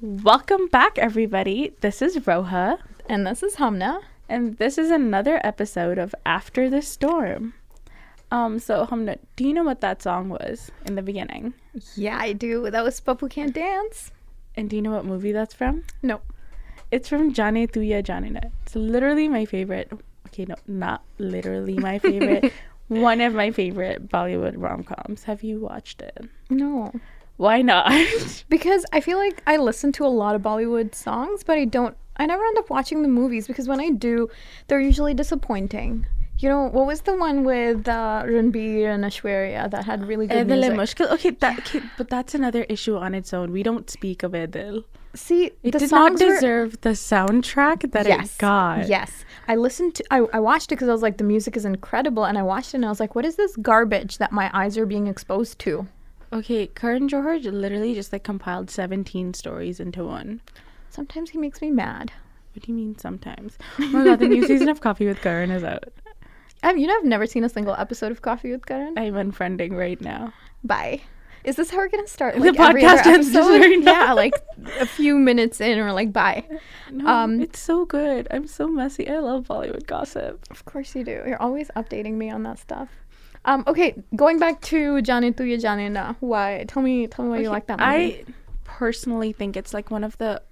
Welcome back, everybody. This is Roha, And this is Humna. and this is another episode of After the Storm. Um, so Humna, do you know what that song was in the beginning? Yeah, I do. That was Bubble Can't Dance. And do you know what movie that's from? No. It's from Jane Tuya Jane. It's literally my favorite. Okay, no, not literally my favorite. one of my favorite Bollywood rom coms. Have you watched it? No. Why not? Because I feel like I listen to a lot of Bollywood songs, but I don't, I never end up watching the movies because when I do, they're usually disappointing. You know, what was the one with uh, Ranbir and Ashwarya that had really good Edil e music? mushkil. Okay, that okay, but that's another issue on its own. We don't speak of Edil. See, It the did not songs were- deserve the soundtrack that Yes. it got. Yes. I listened to, I, I watched it because I was like, the music is incredible. And I watched it and I was like, what is this garbage that my eyes are being exposed to? Okay, Karan Johar j- literally just like compiled 17 stories into one. Sometimes he makes me mad. What do you mean sometimes? Oh my god, the new season of Coffee with Karan is out. I've, Um, you know, I've never seen a single episode of Coffee with Karan. I'm unfriending right now. Bye. Is this how we're gonna start? The podcast ends just right now. yeah, like a few minutes in, or like bye. No, Um, it's so good. I'm so messy. I love Bollywood gossip. Of course you do. You're always updating me on that stuff. Um, okay, going back to Jane Tuya Jane Na. Why? Tell me, tell me why you Okay, like that I movie. personally think it's like one of the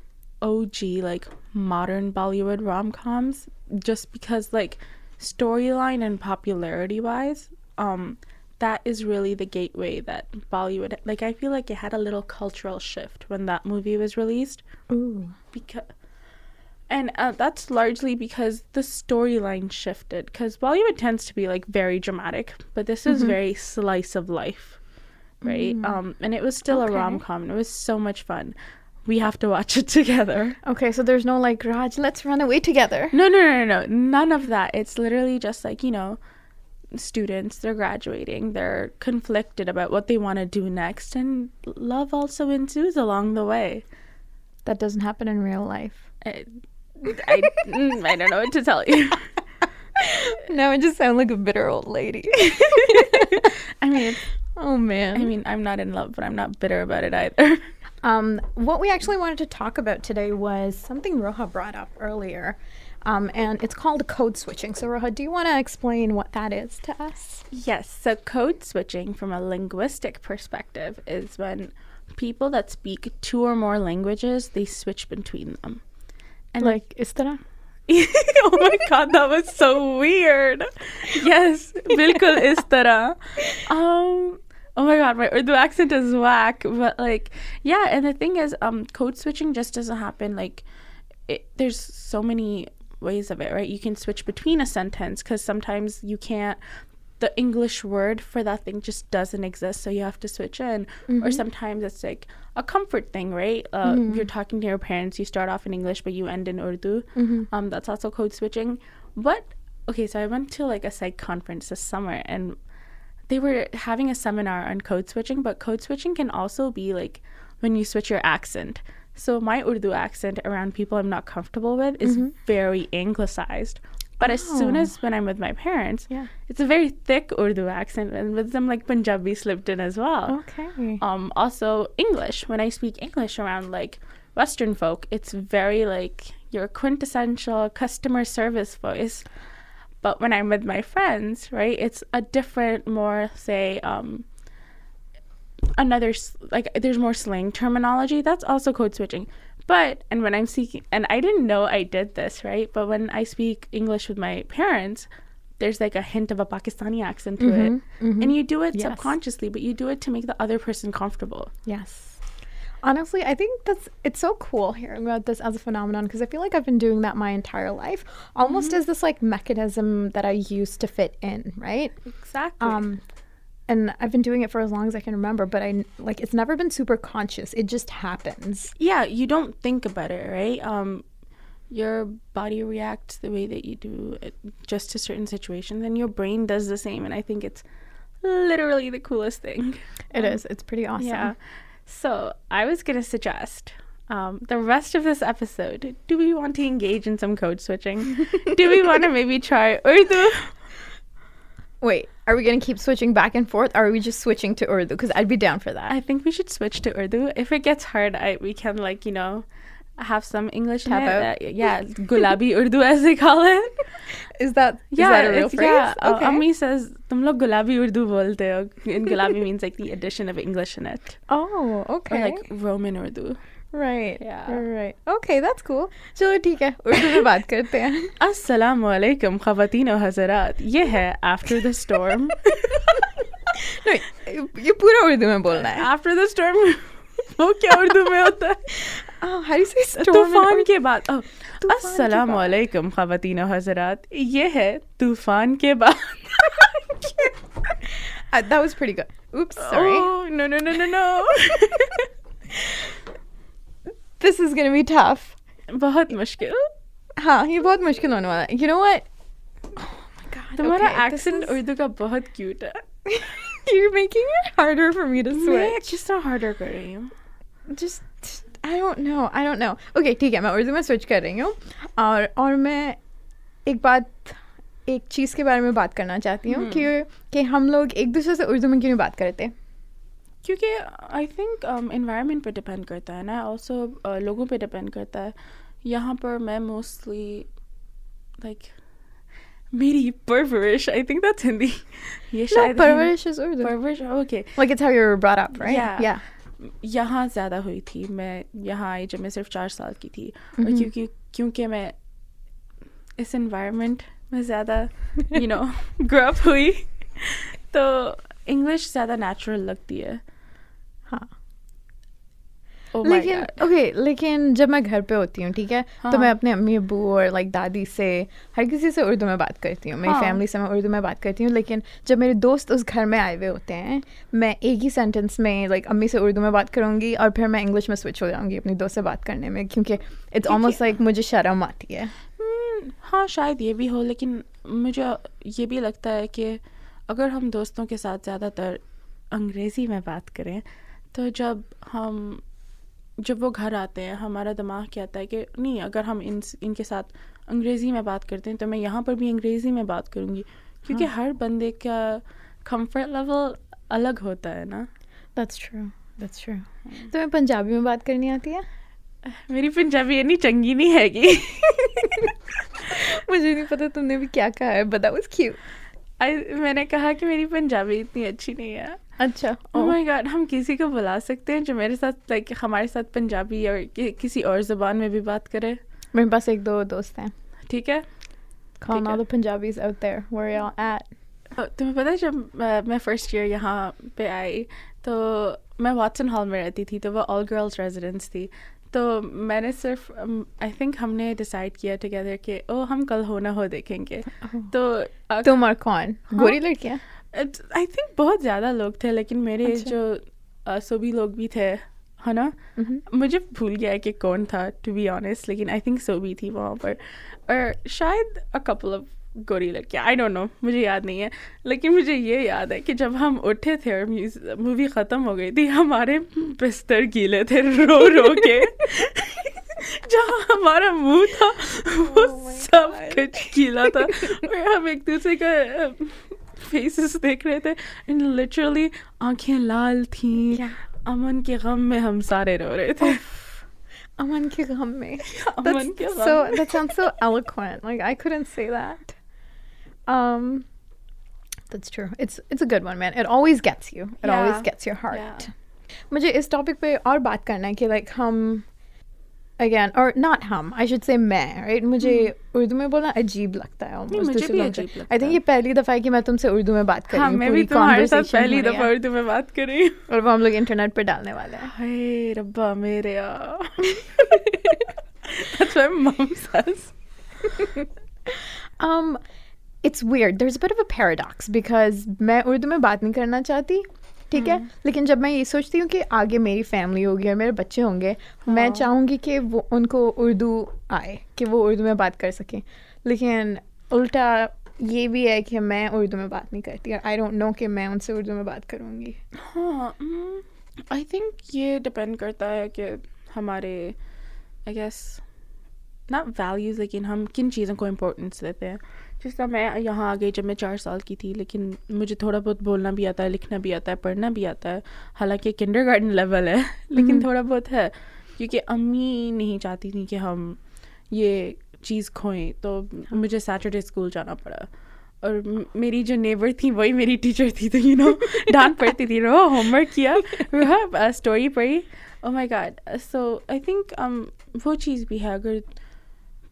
OG like modern Bollywood rom coms, just because like storyline and popularity wise, um, that is really the gateway that Bollywood. Like I feel like it had a little cultural shift when that movie was released Ooh. because. And uh, that's largely because the storyline shifted. Because Bollywood tends to be like very dramatic, but this is very slice of life, right? Um, and it was still Okay. a rom com, and it was so much fun. We have to watch it together. Okay, so there's no like Raj. Let's run away together. No, no, no, no, no, none of that. It's literally just like you know, students. They're graduating. They're conflicted about what they want to do next, and love also ensues along the way. That doesn't happen in real life. I, I, mm, I don't know what to tell you. Now I just sound like a bitter old lady. I mean, it's oh man. I mean, I'm not in love, but I'm not bitter about it either. Um, what we actually wanted to talk about today was something Roja brought up earlier, um, and it's called code switching. So, Roja, do you want to explain what that is to us? yes, so code switching from a linguistic perspective is when people that speak two or more languages, they switch between them. And like, istara? oh my god, that was so weird. Yes, bilkul is tarah. Um Oh my god, my Urdu accent is whack, but like yeah, and the thing is um code switching just doesn't happen like it, there's so many ways of it, right? You can switch between a sentence cuz sometimes you can't the English word for that thing just doesn't exist, so you have to switch in. Or sometimes it's like a comfort thing, right? Uh, You're talking to your parents, you start off in English, but you end in Urdu. Um, that's also code switching. But okay, so I went to like a psych conference this summer, and they were having a seminar on code switching, but code switching can also be like when you switch your accent. So my Urdu accent around people I'm not comfortable with is very anglicized. But as soon as when I'm with my parents, Yeah. it's a very thick Urdu accent and with some like Punjabi slipped in as well Oh. Okay. um also english when i speak english around like western folk it's very like your quintessential customer service voice but when i'm with my friends right it's a different more say um another s- like there's more slang terminology that's also code switching but and when i'm seeking and i didn't know i did this right but when i speak english with my parents there's like a hint of a pakistani accent to it and you do it Yes. subconsciously but you do it to make the other person comfortable Yes. Honestly, I think that's it's so cool hearing about this as a phenomenon because I feel like I've been doing that my entire life, almost as this like mechanism that I use to fit in, right? exactly Um, and I've been doing it for as long as I can remember, but I n- like it's never been super conscious. It just happens. yeah you don't think about it right um your body reacts the way that you do it just to certain situations and your brain does the same and i think it's literally the coolest thing It is. It's pretty awesome. Yeah. So I was going to suggest um, the rest of this episode do we want to engage in some code switching? do we want to maybe try Urdu? Wait, are we gonna keep switching back and forth? Or are we just switching to Urdu? Because I'd be down for that. I think we should switch to Urdu. If it gets hard, I we can like you know have some English. Tap in out. it. Uh, yeah, gulabi Urdu as they call it. Is that is Yeah, that a real it's- phrase? yeah. uh, Okay. Ammi says tum log gulabi Urdu bolte ho, and gulabi means like the addition of English in it, oh, okay. or like Roman Urdu. right. Yeah. Right. Okay, that's cool. चलो ठीक है उर्दू में बात करते हैं Assalamu alaikum, khawateen o hazarat. ये है after the storm. नहीं ये पूरा उर्दू में बोलना है after the storm. वो क्या उर्दू में होता है हाउ डू से तूफान के बाद ओह, तूफान के अस्सलाम बाद। वालेकुम खवातीन और हजरात ये है तूफान के बाद Uh, That was pretty good. Oops, sorry. Oh, no no no no no This is gonna be tough. बहुत मुश्किल हाँ ये बहुत मुश्किल होने वाला है यू नो व्हाट तुम्हारा एक्सेंट उर्दू का बहुत क्यूट है You're making it harder for me to मैं switch. किस तरह harder कर रही हूँ Just, I don't know, I don't know. Okay, ठीक है मैं उर्दू में switch कर रही हूँ और और मैं एक बात एक चीज़ के बारे में बात करना चाहती हूँ कि कि हम लोग एक दूसरे से उर्दू में क्यों नहीं बात करते क्योंकि आई थिंक इन्वायरमेंट पे डिपेंड करता है ना ऑल्सो लोगों पे डिपेंड करता है यहाँ पर मैं मोस्टली लाइक मेरी परवरिश आई थिंक दैट्स हिंदी ये No, शायद हिंदी- परवरिश is Urdu. परवरिश okay Like it's how you were brought up, right? Yeah. Yeah. यहाँ ज़्यादा हुई थी मैं यहाँ आई जब मैं सिर्फ चार साल की थी और Mhm. क्योंकि क्योंकि मैं इस environment में ज़्यादा यू नो ग्रो अप हुई तो इंग्लिश ज़्यादा नेचुरल लगती है हाँ Oh my लेकिन God. ओके लेकिन जब मैं घर पे होती हूँ ठीक है तो हाँ। मैं अपने अम्मी अबू और लाइक दादी से हर किसी से उर्दू में बात करती हूँ मेरी हाँ। फैमिली से मैं उर्दू में बात करती हूँ लेकिन जब मेरे दोस्त उस घर में आए हुए होते हैं मैं एक ही सेंटेंस में लाइक अम्मी से उर्दू में बात करूँगी और फिर मैं इंग्लिश में स्विच हो जाऊँगी अपनी दोस्त से बात करने में क्योंकि इट्स ऑलमोस्ट लाइक मुझे शर्म आती है हम्म, हाँ शायद ये भी हो लेकिन मुझे ये भी लगता है कि अगर हम दोस्तों के साथ ज़्यादातर अंग्रेज़ी में बात करें तो जब हम जब वो घर आते हैं हमारा दिमाग क्या आता है कि नहीं अगर हम इन इनके साथ अंग्रेज़ी में बात करते हैं तो मैं यहाँ पर भी अंग्रेज़ी में बात करूँगी क्योंकि हर बंदे का कंफर्ट लेवल अलग होता है ना दैट्स ट्रू दैट्स ट्रू तुम्हें तो पंजाबी में बात करनी आती है मेरी पंजाबी इतनी चंगी नहीं हैगी मुझे नहीं पता तुमने भी क्या कहा है but that was cute I- मैंने कहा कि मेरी पंजाबी इतनी अच्छी नहीं है अच्छा ओह माय गॉड हम किसी को बुला सकते हैं जो मेरे साथ लाइक हमारे साथ पंजाबी और कि, किसी और ज़बान में भी बात करे मेरे पास एक दो दोस्त हैं ठीक है Calling Take all it. the Punjabis out there, where y'all at? अ, तुम्हें पता है जब अ, मैं फर्स्ट ईयर यहाँ पे आई तो मैं वाटसन हॉल में रहती थी तो वो ऑल गर्ल्स रेजिडेंस थी तो मैंने सिर्फ आई थिंक हमने डिसाइड किया टुगेदर कि ओ हम कल होना हो देखेंगे तो अ, तुम और कौन? हाँ। गोरी लड़कियाँ? आई थिंक बहुत ज़्यादा लोग थे लेकिन मेरे अच्छा। जो अ, सभी लोग भी थे है ना Mm-hmm. मुझे भूल गया है कि कौन था टू बी ऑनेस्ट लेकिन आई थिंक सो भी थी वहाँ पर और शायद अ कपल ऑफ गोरी लड़कियाँ आई डोंट नो मुझे याद नहीं है लेकिन मुझे ये याद है कि जब हम उठे थे और मूवी ख़त्म हो गई थी हमारे बिस्तर गीले थे रो रो के जहाँ हमारा मुंह था वो Oh my सब God. कुछ गीला था और हम एक दूसरे का फेसेस देख रहे थे एंड लिटरली आंखें लाल थी Yeah. अमन के गम में हम सारे रो रहे थे अमन के गम में. अमन के That's गम so. में। That sounds so eloquent. Like I couldn't say that. Um, that's true. It's it's a good one, man. It always gets you. It always Yeah. gets your heart. Yeah. मुझे इस topic पे और बात करना है कि like हम again or not हम I should say मैं right मुझे उर्दू में बोलना अजीब लगता है almost Hmm. मुझे दूसरे भी लोगों से। अजीब लगता I think ये पहली दफ़ा है कि मैं तुमसे उर्दू में बात कर हाँ रही हूँ मैं भी पूरी तुम्हारे साथ conversation पहली हो रही है। दफा उर्दू में बात कर रही हूँ और वो हम लोग इंटरनेट पे डालने वाले हैं हाय रब्बा मेरे That's what my mom says. um it's weird there's a bit of a paradox because मैं उर्दू में बात नहीं करना चाहती ठीक है लेकिन जब मैं ये सोचती हूँ कि आगे मेरी फैमिली होगी और मेरे बच्चे होंगे मैं चाहूँगी कि वो उनको उर्दू आए कि वो उर्दू में बात कर सकें लेकिन उल्टा ये भी है कि मैं उर्दू में बात नहीं करती और आई डोंट नो कि मैं उनसे उर्दू में बात करूँगी हाँ mm, आई थिंक ये डिपेंड करता है कि हमारे आई गेस नॉट वैल्यूज लेकिन हम किन चीज़ों को इम्पोर्टेंस देते हैं जिस तरह मैं यहाँ आ गई जब मैं चार साल की थी लेकिन मुझे थोड़ा बहुत बोलना भी आता है लिखना भी आता है पढ़ना भी आता है हालांकि किंडर गार्डन लेवल है लेकिन थोड़ा बहुत है क्योंकि अम्मी नहीं चाहती थी कि हम ये चीज़ खोएं तो मुझे सैटरडे स्कूल जाना पड़ा और म- मेरी जो नेबर थी वही मेरी टीचर थी तो यू नो डांट पड़ती थी रो होमवर्क किया रो स्टोरी पढ़ी Oh oh my God so I think um, वो चीज़ भी है अगर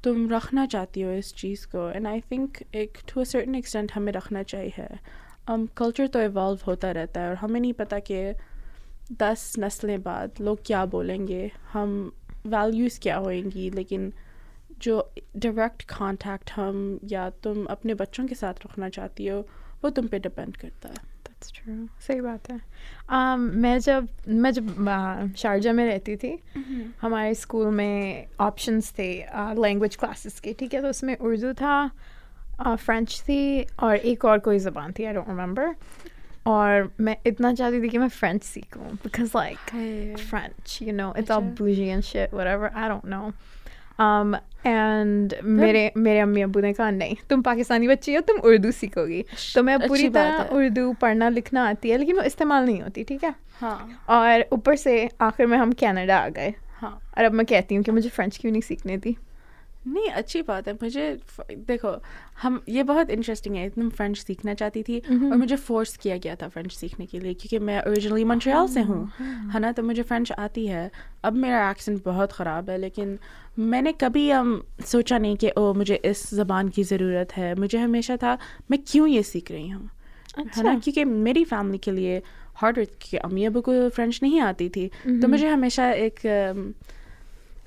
तुम रखना चाहती हो इस चीज़ को एंड आई थिंक एक टू अ सर्टन एक्सटेंट हमें रखना चाहिए कल्चर तो इवॉल्व होता रहता है और हमें नहीं पता कि दस नस्लें बाद लोग क्या बोलेंगे हम वैल्यूज़ क्या होएंगी लेकिन जो डायरेक्ट कांटेक्ट हम या तुम अपने बच्चों के साथ रखना चाहती हो वो तुम पे डिपेंड करता है दैट्स ट्रू सही बात है um, मैं जब मैं जब uh, शारजा में रहती थी हमारे स्कूल में ऑप्शंस थे लैंग्वेज क्लासेस के ठीक है तो उसमें उर्दू था फ्रेंच थी और एक और कोई ज़बान थी आई डोंट रिमेम्बर और मैं इतना चाहती थी कि मैं फ्रेंच सीखूं because like French, you know, it's all Gotcha. bougie and shit, whatever. I don't know. Um, and मेरे मेरे अम्मी अबू ने कहा नहीं तुम पाकिस्तानी बच्ची हो तुम उर्दू सीखोगी तो मैं अच्छी पूरी बात तरह है। उर्दू पढ़ना लिखना आती है लेकिन वो इस्तेमाल नहीं होती ठीक है हाँ और ऊपर से आखिर में हम कनाडा आ गए हाँ और अब मैं कहती हूँ कि मुझे फ्रेंच क्यों नहीं सीखने थी नहीं अच्छी बात है मुझे फ- देखो हम ये बहुत इंटरेस्टिंग है तुम फ्रेंच सीखना चाहती थी और मुझे फोर्स किया गया था फ्रेंच सीखने के लिए क्योंकि मैं ओरिजिनली मंट्रियल से हूँ है ना तो मुझे फ्रेंच आती है अब मेरा एक्सेंट बहुत ख़राब है लेकिन मैंने कभी um, सोचा नहीं कि ओ मुझे इस ज़बान की ज़रूरत है मुझे हमेशा था मैं क्यों ये सीख रही हूँ है ना क्योंकि मेरी फैमिली के लिए हार्ड क्योंकि अम्मी अबू को फ्रेंच नहीं आती थी तो मुझे हमेशा एक um,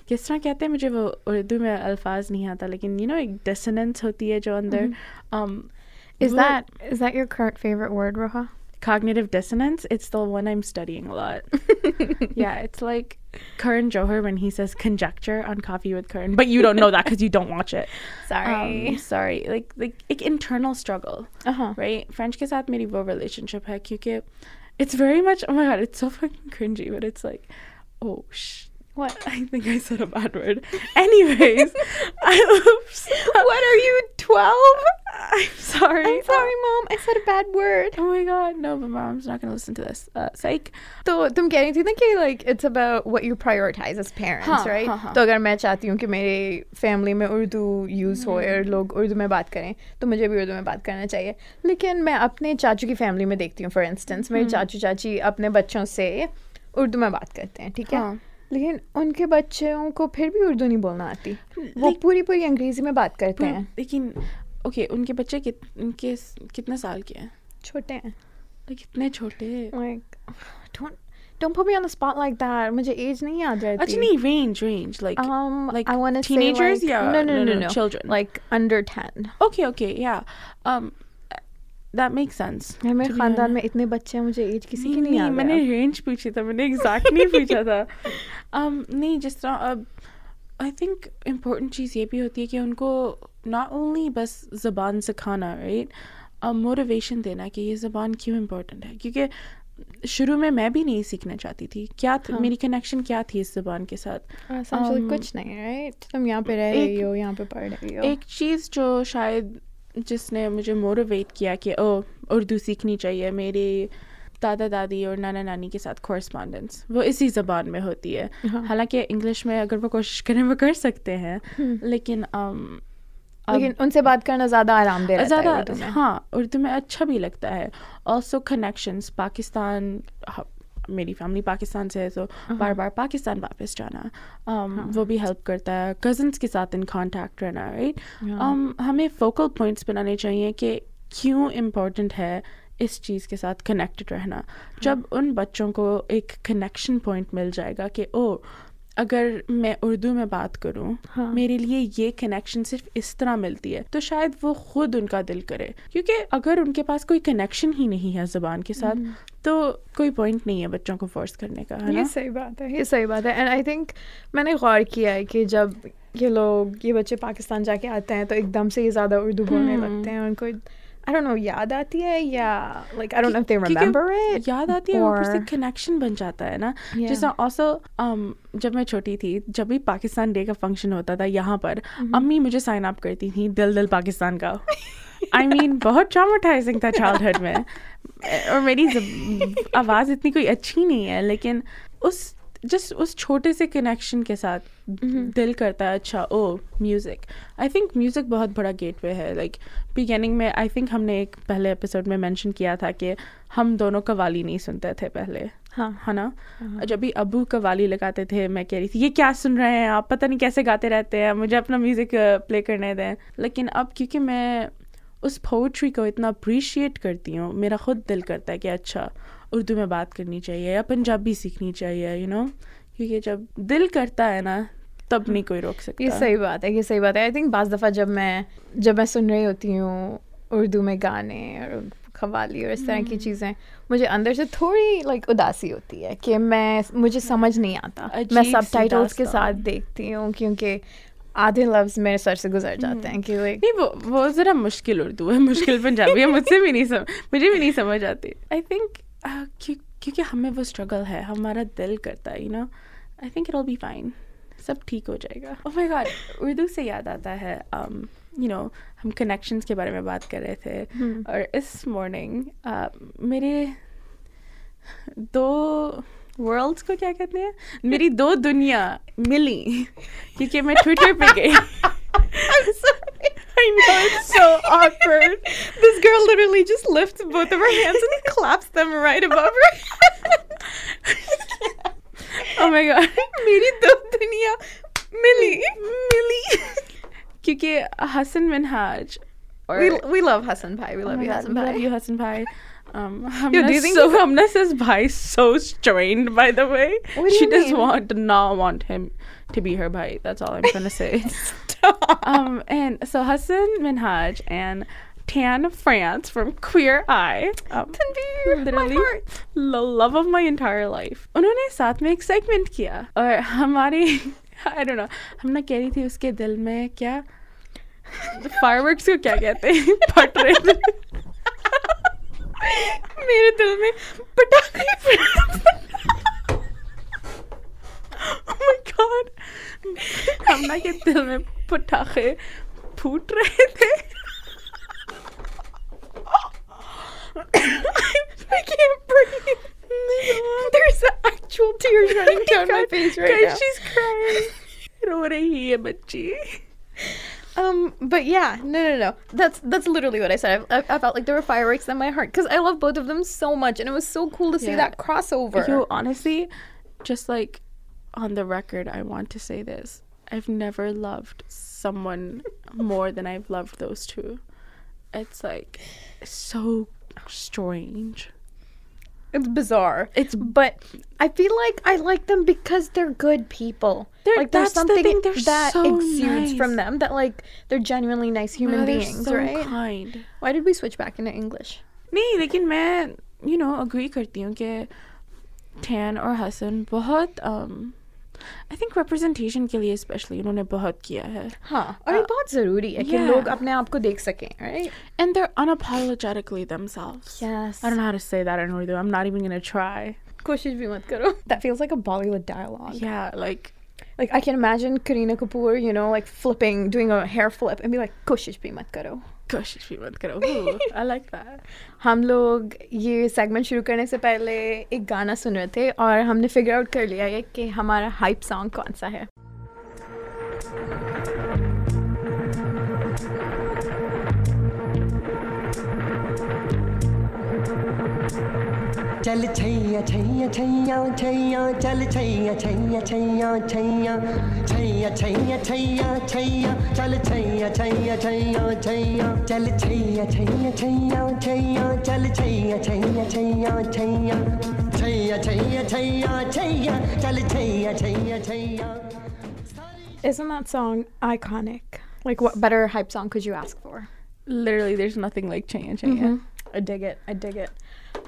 किस तरह कहते हैं मुझे वो उर्दू में अल्फाज नहीं आता लेकिन यू नो एक डिसोनेंस होती है जो अंदर Um, Is that is that your current favorite word, Roha? cognitive dissonance it's the one i'm studying a lot yeah it's like Karan Johar when he says conjecture on coffee with Karan but you don't know that cuz you don't watch it um, Sorry. sorry like like like internal struggle Uh huh. right? French ke saath meri wo relationship hai kyunki it's very much oh my god, it's so fucking cringy, but it's like oh sh What? I think I said a bad word. Anyways, I oops. What are you twelve? I'm sorry. I'm sorry, mom. I uh, said a bad word. Oh my god, no, but mom's not gonna listen to this. Uh, psych. तो तुम कह रही थी ना कि like it's about what you prioritize as parents, हाँ, right? हाँ, हाँ। तो अगर मैं चाहती हूँ कि मेरे फैमिली में उर्दू यूज़ हम्म। हो और लोग उर्दू में बात करें तो मुझे भी उर्दू में बात करना चाहिए लेकिन मैं अपने चाचू की फैमिली में देखती हूँ फॉर इंस्टेंस हम्म। मेरे चाचू चाची अपने बच्चों से उर्दू में बात करते हैं ठीक है हाँ। लेकिन उनके बच्चों को फिर भी उर्दू नहीं बोलना आती वो लेकिन- पूरी पूरी अंग्रेजी में बात करते हैं लेकिन okay, उनके बच्चे कित, उनके स- कितने साल के हैं? छोटे हैं Like इतने छोटे. like don't don't put me on the spot like that मुझे एज नहीं याद रहती अच्छा नहीं range range like Um, like I want to teenagers, say like, yeah, no, no, no, no, no, no, children. like under ten. okay okay yeah, um, that makes sense. यार to मेरे be खानदान honest. में इतने बच्चे हैं मुझे as किसी की नहीं, नहीं नहीं, याद मैंने मैंने रेंज पूछी था मैंने एग्जैक्ट नहीं पूछा था um, नहीं जिस तरह अब आई थिंक इम्पोर्टेंट चीज़ ये भी होती है कि उनको नॉट ओनली बस ज़बान सिखाना राइट मोटिवेशन देना कि ये ज़बान क्यों इम्पोर्टेंट है क्योंकि शुरू में मैं भी नहीं सीखना चाहती थी क्या थ- हाँ। मेरी कनेक्शन क्या थी इस ज़बान के साथ essentially um, कुछ नहीं right तुम यहाँ पे रह एक- रही हो यहाँ पे पढ़ रही हो एक चीज़ जो शायद जिसने मुझे मोटिवेट किया कि ओ उर्दू सीखनी चाहिए मेरे दादा दादी और नाना नानी के साथ कॉरस्पॉन्डेंस वो इसी ज़बान में होती है हाँ। हालांकि इंग्लिश में अगर वो कोशिश करें वो कर सकते हैं लेकिन अम, अब- हम्म। लेकिन उनसे बात करना ज्यादा आरामदेह रहता है उर्दू ज़्यादा में हाँ उर्दू में अच्छा भी लगता है ऑल्सो कनेक्शंस पाकिस्तान ह- मेरी फैमिली पाकिस्तान से है तो हाँ। बार बार पाकिस्तान वापस जाना um, वो भी हेल्प करता है कजन्स के साथ इन कांटेक्ट रहना राइट हाँ। um, हमें फोकल पॉइंट्स बनाने चाहिए कि क्यों इम्पोर्टेंट है इस चीज़ के साथ कनेक्टेड रहना हाँ। जब उन बच्चों को एक कनेक्शन पॉइंट मिल जाएगा कि ओ अगर मैं उर्दू में बात करूं हाँ। मेरे लिए ये कनेक्शन सिर्फ इस तरह मिलती है तो शायद वो खुद उनका दिल करे क्योंकि अगर उनके पास कोई कनेक्शन ही नहीं है ज़बान के साथ तो कोई पॉइंट नहीं है बच्चों को फोर्स करने का है हम्म। ये ना सही बात है ये सही बात है एंड आई थिंक मैंने गौर किया है कि जब Hmm. ये लोग ये बच्चे पाकिस्तान जाके आते हैं तो एकदम से ये ज़्यादा उर्दू बोलने लगते हैं उनको I don't know, याद आती है या like I don't know if they क्योंकि remember it. याद आती है ऊपर से or- कनेक्शन बन जाता है ना Yeah. जैसे ऑल्सो um, जब मैं छोटी थी जब भी पाकिस्तान डे का फंक्शन होता था यहाँ पर Mm-hmm. अम्मी मुझे साइन अप करती थी दिल दिल पाकिस्तान का आई मीन बहुत ट्रामाटाइजिंग था चाइल्डहुड में और मेरी जब- आवाज़ इतनी कोई अच्छी नहीं है लेकिन उस जस्ट उस छोटे से कनेक्शन के साथ दिल करता है अच्छा oh music I think music बहुत बड़ा गेटवे है लाइक बिगेनिंग में आई थिंक हमने एक पहले एपिसोड में मेंशन किया था कि हम दोनों कवाली नहीं सुनते थे पहले हाँ है ना जब भी अबू कवाली लगाते थे मैं कह रही थी ये क्या सुन रहे हैं आप पता नहीं कैसे गाते रहते हैं मुझे अपना म्यूज़िक प्ले करने दें लेकिन अब क्योंकि मैं उस पोइट्री को इतना अप्रिशिएट करती हूँ मेरा खुद दिल करता है कि अच्छा उर्दू में बात करनी चाहिए या पंजाबी सीखनी चाहिए यू नो क्योंकि जब दिल करता है ना तब नहीं कोई रोक सकता ये सही बात है ये सही बात है आई थिंक बाज दफ़ा जब मैं जब मैं सुन रही होती हूँ उर्दू में गाने और खवाली और इस तरह हम्म। की चीज़ें मुझे अंदर से थोड़ी लाइक उदासी होती है कि मैं मुझे समझ नहीं आता मैं अजीब सब सी टाइटल्स के दास्तान। साथ देखती हूँ क्योंकि आधे लफ्ज़ मेरे सर से गुजर जाते हैं कि लाइक नहीं वो वो ज़रा मुश्किल उर्दू है मुश्किल पंजाबी है मुझसे भी नहीं समझ मुझे भी नहीं समझ आती आई थिंक uh, क्योंकि हमें वो स्ट्रगल है हमारा दिल करता है you know I think it will be fine सब ठीक हो जाएगा oh my God Oh Urdu से याद आता है यू नो हम कनेक्शंस के बारे में बात कर रहे थे और इस मॉर्निंग मेरे दो वर्ल्ड्स को क्या कहते हैं मेरी दो दुनिया मिली क्योंकि मैं ट्विटर पे गई I know it's so awkward. This girl literally just lifts both of her hands and claps them right above her. Oh my god. मेरी दो दुनिया मिली मिली क्योंकि हसन मिनहाज और We, we love Hassan Bhai. We Oh love my you, God, Hassan we love you, Bhai. Hassan Bhai. Um, do you Hamna think so Hamna says bhai so strained by the way. What do she you does mean? want does not want him to be her bhai. That's all I'm trying to say. um, and so Hassan Minhaj and Tan France from Queer Eye. Um, Tanveer, my literally heart. the love of my entire life. उन्होंने साथ में एक segment किया और हमारी I don't know हम ना कह रही थी उसके दिल में क्या Um, fireworks को क्या कहते हैं फट रहे थे मेरे दिल में पटाखे oh my god हमना के दिल में पटाखे फूट रहे थे I can't breathe. There's actual tears running down my face right now. Guys, she's crying रो रही है बच्ची Um, but yeah, no, no, no. That's that's literally what I said. I, I, I felt like there were fireworks in my heart because I love both of them so much, and it was so cool to see Yeah. that crossover. Yo, honestly, just like on the record, I want to say this. I've never loved someone more than I've loved those two. It's like so strange. It's bizarre. It's But I feel like I like them because they're good people. They're- like there's that's the something thing, they're that so exudes from nice. them that like they're genuinely nice human Wow, they're beings, so right? kind. Why did we switch back into English? नहीं लेकिन मैं you know agree करती हूँ कि Tan और हसन बहुत um, I think representation के लिए स्पेशली उन्होंने बहुत किया है हाँ और ये बहुत जरूरी है कि Uh, yeah. लोग अपने आप को देख सकें, right? And there unapologetically themselves Yes. I don't know how to say that in Urdu. I'm not even gonna try. कोशिश भी मत करो. That feels like a Bollywood dialogue. Yeah, like Like I can imagine Kareena Kapoor, you know, like flipping, doing a hair flip, and be like, "कोशिश भी मत करो." gosh, if you want to Ooh, I like that. हम लोग ये segment शुरू करने से पहले एक गाना सुन रहे थे और हमने फिगर आउट कर लिया है कि हमारा हाइप सॉन्ग कौन सा है चल छैया छैया छैया छैया चल छैया छैया छैया छैया छैया छैया छैया छैया चल छैया छैया छैया छैया चल छैया छैया छैया छैया चल छैया छैया छैया छैया छैया छैया छैया छैया चल Chaiyya Chaiyya Chaiyya Isn't that song iconic? Like what better hype song could you ask for? Literally, there's nothing like Chaya Chaya. I dig it. I dig it.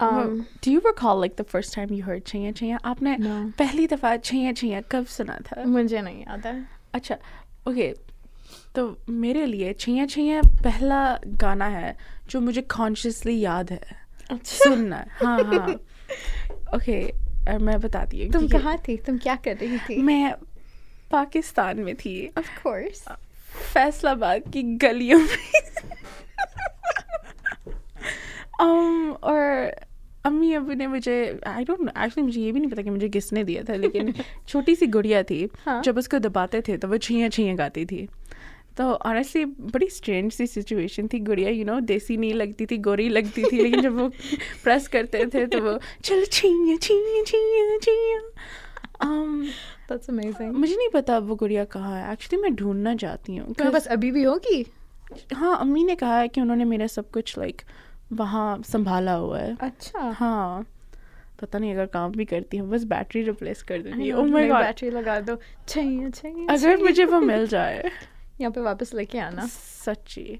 Um, Um, do you recall like the first time you heard Chaya Chaya? आपने No. Mm. पहली दफा Chaya Chaya कब सुना था? मुझे नहीं याद है अच्छा, okay. तो मेरे लिए छैया छैया पहला गाना है जो मुझे कॉन्शियसली याद है सुनना है हाँ हाँ ओके और मैं बताती हूँ तुम कि- कहाँ थी तुम क्या कर रही थी मैं पाकिस्तान में थी ऑफ कोर्स फैसलाबाद की गलियों में um, और अम्मी अबू ने मुझे आई डोंट एक्चुअली मुझे ये भी नहीं पता कि मुझे किसने दिया था लेकिन छोटी सी गुड़िया थी हाँ। जब उसको दबाते थे तो वो छियाँ छियाँ गाती थी तो ऑनेस्टली बड़ी स्ट्रेंज सी सिचुएशन थी गुड़िया यू नो देसी नहीं लगती थी गोरी लगती थी लेकिन जब वो प्रेस करते थे तो वो चल छियाँ छियाँ छियाँ छियाँ um, दैट्स अमेजिंग मुझे नहीं पता अब वो गुड़िया कहाँ है एक्चुअली मैं ढूंढना चाहती हूँ तुम्हें बस अभी भी होगी हाँ अम्मी ने कहा है कि उन्होंने मेरा सब कुछ लाइक वहाँ संभाला हुआ है अच्छा हाँ पता नहीं अगर काम भी करती हूँ बस बैटरी रिप्लेस कर देती हूँ Oh my नई God, बैटरी लगा दो चाहिए चाहिए तो अगर मुझे वो मिल जाए यहाँ पे वापस लेके आना सच्ची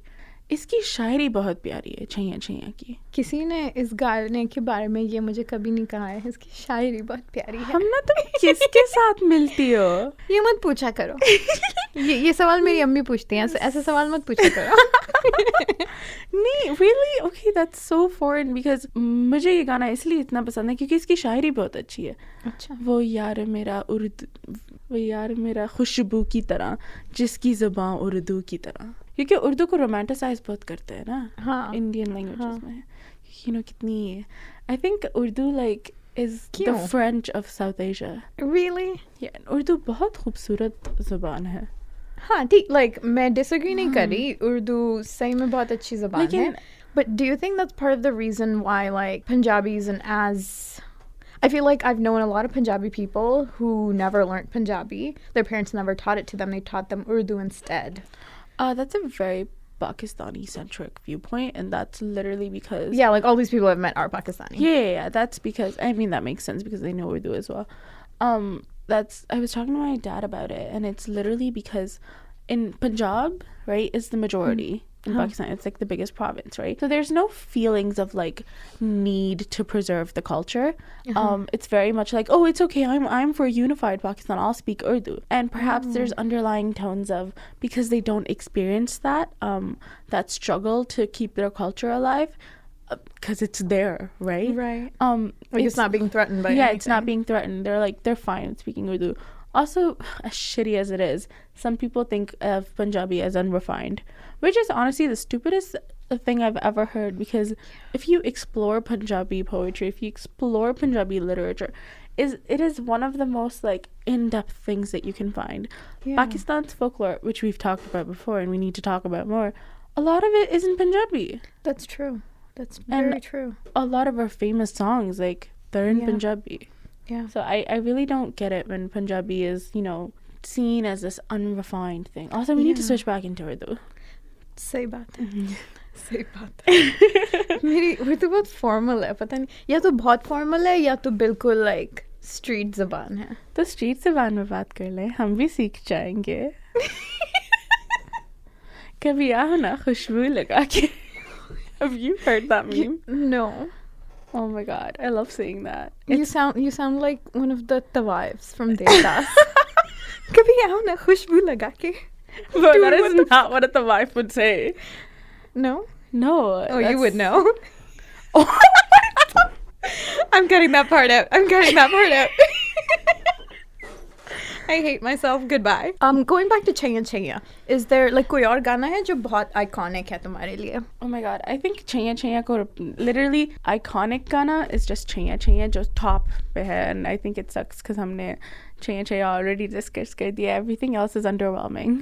इसकी शायरी बहुत प्यारी है छैया छैया की किसी ने इस गाने के बारे में ये मुझे कभी नहीं कहा है इसकी शायरी बहुत प्यारी है हम ना तुम किसके साथ मिलती हो ये मत पूछा करो ये ये सवाल मेरी अम्मी पूछती हैं ऐसे ऐसे सवाल मत पूछा करो नहीं really okay that's so foreign because मुझे ये गाना इसलिए इतना पसंद है क्योंकि इसकी शायरी बहुत अच्छी है अच्छा वो यार मेरा उर्द वो यार मेरा खुशबू की तरह जिसकी जुबान उर्दू की तरह क्योंकि उर्दू को रोमांटिसाइज बहुत करते हैं ना हाँ इंडियन लैंग्वेजेस हाँ। में यू नो कितनी I think Urdu like is the क्यों? French of South Asia really Urdu बहुत खूबसूरत जुबान है हाँ ठीक लाइक मैं डिसएग्री नहीं कर रही उर्दू सही में बहुत अच्छी जबान है Hmm. लेकिन- but do you think that's part of the reason why like Punjabis and as I feel like I've known a lot of Punjabi people who never learned Punjabi. Their parents never taught it to them. They taught them Urdu instead. Uh, that's a very Pakistani centric viewpoint, and that's literally because Yeah, like all these people I've met are Pakistani. Yeah, yeah, yeah, that's because I mean that makes sense because they know Urdu as well. Um, that's I was talking to my dad about it, and it's literally because in Punjab, right, is the majority. In Pakistan, it's like the biggest province, right? So there's no feelings of like need to preserve the culture. Um, it's very much like, oh, it's okay. I'm I'm for unified Pakistan. I'll speak Urdu, and perhaps there's underlying tones of because they don't experience that um, that struggle to keep their culture alive because it's there, right? Right. Um, Like it's, not being threatened by yeah, it's not being threatened. They're like they're fine speaking Urdu. Also, as shitty as it is, some people think of Punjabi as unrefined, which is honestly the stupidest thing I've ever heard. Because if you explore Punjabi poetry, if you explore Punjabi literature, is it is one of the most like in-depth things that you can find. Yeah. Pakistan's folklore, which we've talked about before, and we need to talk about more. A lot of it is in Punjabi. That's true. That's And- very true. a lot of our famous songs like they're in Yeah. punjabi Yeah. so I, I really don't get it when punjabi is you know seen as this unrefined thing also we need to Yeah. switch back into urdu सही बात है सही बात है मेरी वो तो बहुत फॉर्मल है पता नहीं या तो बहुत फॉर्मल है या तो बिल्कुल लाइक स्ट्रीट जबान है तो स्ट्रीट जबान में बात कर लें हम भी सीख जाएंगे कभी आओ ना खुशबू लगा के have you heard that meme no oh my god i love saying that you sound you sound like one of the tawaifs from Devdas कभी आओ ना खुशबू लगा के but Dude, that is what the not what the wife would say no no oh you would that's- know I'm cutting that part out. I'm cutting that part out. I hate myself. Goodbye. Um, going back to Chaya Chaya, is there like कोई और गाना है जो बहुत iconic है तुम्हारे लिए? Oh my god, I think Chaya Chaya ko literally iconic Ghana is just Chaya Chaya just top pe hai, and I think it sucks because humne Chaya Chaya already discussed kar diya. Everything else is underwhelming.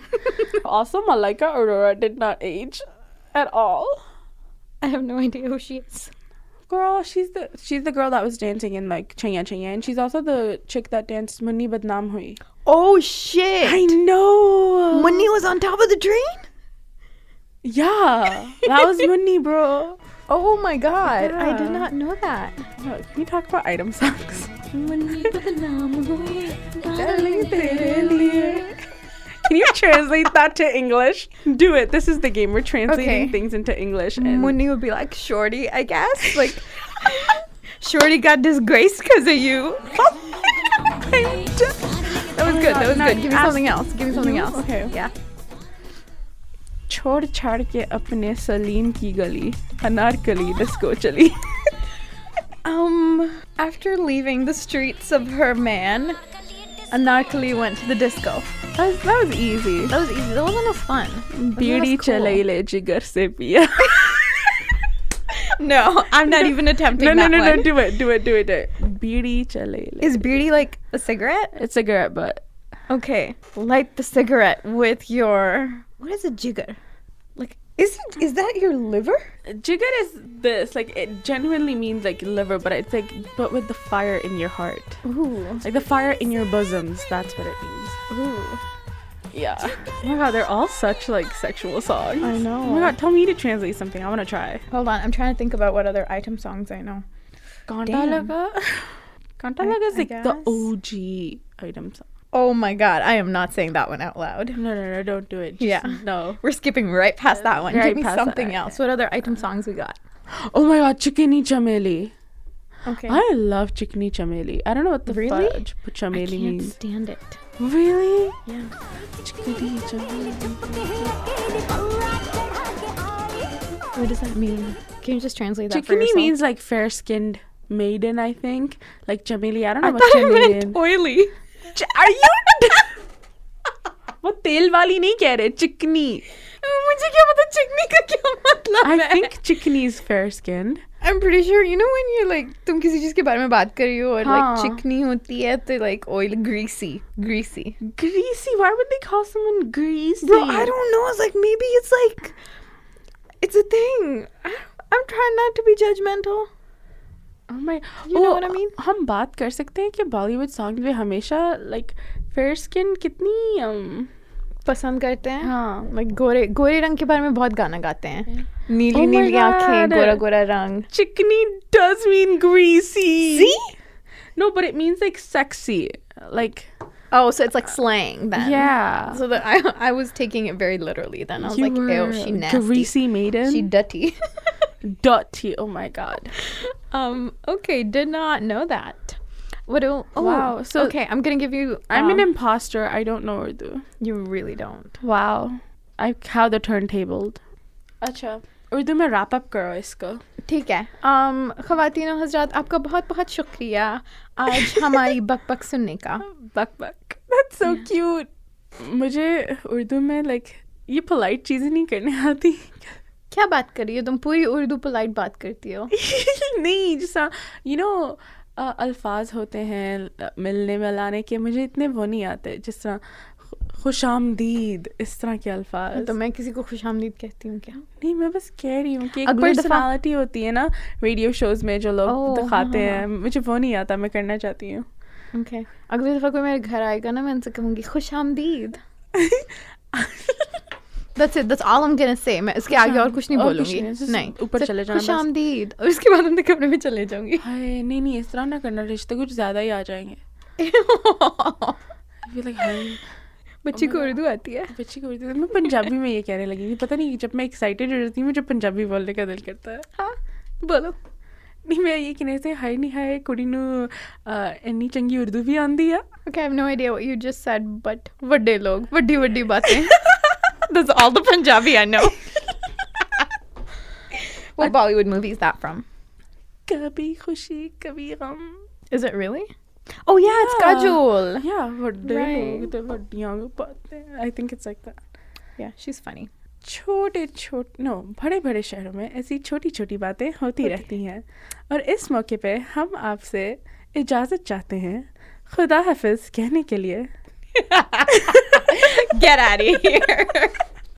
also, Malaika Aurora did not age at all. I have no idea who she is. Girl, she's the she's the girl that was dancing in like Chaya Chaya and she's also the chick that danced Munni Badnam Hui. Oh shit! I know. Munni was on top of the train. Yeah, that was Munni, bro. Oh my god! I did Yeah. not know that. Can we talk about item songs? Can you translate that to English? Do it. This is the game. We're translating Okay. things into English. And Munni would be like, "Shorty, I guess." Like, Shorty got disgraced because of you. that was good. That was no, good. Give me ask- something else. Give me something You? else. Okay. Yeah. छोड़ छाड़ के अपने सलीम की गली Anarkali disco चली Um, after leaving the streets of her man, Anarkali went to the disco. that was, that was easy That was easy. That one was fun. बीड़ी चलाई ले जिगर से पिया No, I'm not even attempting no no that no one. no do it do it do it do it बीड़ी चलाई ले Is beardy like a cigarette? it's a cigarette butt Okay, light the cigarette with your what is a jigger? Like, is it is that your liver? Jigar is this like it genuinely means like liver, but it's like but with the fire in your heart, Ooh, like the fire in your bosoms. That's what it means. ooh. Yeah. Oh my god, they're all such like sexual songs. I know. Oh my god, tell me to translate something. I want to try. Hold on, I'm trying to think about what other item songs I know. Kanta Damn. Laga. Kanta Laga is I like the guess. OG item song. Oh my god, I am not saying that one out loud. No, no, no, don't do it. Just, Yeah. No. We're skipping right past that one. Right Give me past that. something else. What other item songs we got? Oh my god, Chikini Chameli. Okay. I love Chikini Chameli. I don't know what the Really? fudge Chameli means. stand it. Really? Yeah. Chikini Chameli. What does that mean? Can you just translate that for Chikini yourself? means like fair skinned maiden, I think. Like Chameli. I don't know I what thought it Chameli meant is. oily. Are you? वो तेल वाली नहीं कह रहे चिकनी मुझे क्या पता चिकनी का क्या मतलब आई है? थिंक चिकनी is fair skin I'm pretty sure you know when you're like तुम किसी चीज के बारे में बात कर रही हो और हाँ. like चिकनी होती है तो like oil greasy greasy greasy why would they call someone greasy Bro, I don't know. It's like maybe it's like it's a thing. I- I'm trying not to be judgmental. oh my You know what I mean? हम बात कर सकते हैं कि Bollywood song में हमेशा like fair skin कितनी um, पसंद करते हैं हाँ like गोरे गोरे रंग के बारे में बहुत गाना गाते हैं नीली Oh my नीली आंखें God. गोरा गोरा रंग चिकनी does mean greasy See? no but it means like sexy like Oh, so it's like slang then. yeah So that I I was taking it very literally then. I was like, ew, she nasty. greasy maiden She dirty. dirty oh my god um. Okay. Did not know that. What? do- Oh, Wow, so- okay, I'm gonna give you. I'm an um, imposter. I don't know Urdu. You really don't. Wow. I how the turntabled. अच्छा उर्दू में wrap up करो इसको ठीक है um, ख़वातीन और हजरात आपका बहुत बहुत शुक्रिया आज हमारी बक बक सुनने का बक बक that's so cute मुझे उर्दू में like ये polite चीजें नहीं करने आती क्या बात कर रही हो तुम पूरी उर्दू पोलाइट बात करती हो नहीं जैसा you know uh, अल्फाज होते हैं uh, मिलने मिलाने के मुझे इतने वो नहीं आते जिस तरह खुश आमदीद इस तरह के अल्फाज तो मैं किसी को खुश आमदीद कहती हूँ क्या नहीं मैं बस कह रही हूँ कि एक अकबर दफा- पर्सनालिटी होती है ना रेडियो शोज में जो लोग ओह, दिखाते हाँ, हाँ, हैं मुझे वो नहीं आता मैं करना चाहती हूँ ओके अगली दफ़ा कोई मेरे घर आएगा ना मैं उनसे कहूँगी खुश आमदीद That's it. That's all I'm gonna say. मैं इसके आगे और कुछ नहीं और कुछ बोलूंगी नहीं, just नहीं ऊपर सिर्फ चले जाना खुश बस। आमदीद और उसके बाद अपने कमरे में चले जाऊंगी हाय नहीं नहीं इस तरह ना करना रिश्ते कुछ ज्यादा ही आ जाएंगे I feel like, हाय, बच्ची को उर्दू आती है बच्ची को बोलती थी, तो, मैं पंजाबी में ये कहने लगी थी पता नहीं जब मैं एक्साइटेड हो जाती हूँ मुझे पंजाबी बोलने का दिल करता है हाँ बोलो नहीं मैं ये कहने से हाय नहीं हाय कुड़ी नू इन्नी चंगी उर्दू भी आंदी आ Okay, I have no idea what you just said, but ਵੱਡੇ ਲੋਕ ਵੱਡੀ ਵੱਡੀ ਬਾਤਾਂ That's all the Punjabi I know. what Bollywood movie is that from? कभी खुशी कभी गम Is it really? Oh yeah, it's Yeah. Kajol. या वड्डे Right. लोग ते वड्डियां बातें I think it's like that Yeah, she's funny. छोटे छोटे नो बड़े बड़े शहरों में ऐसी छोटी छोटी बातें होती रहती हैं और इस मौके पे हम आपसे इजाज़त चाहते हैं खुदा हाफिज कहने के लिए Get out of here.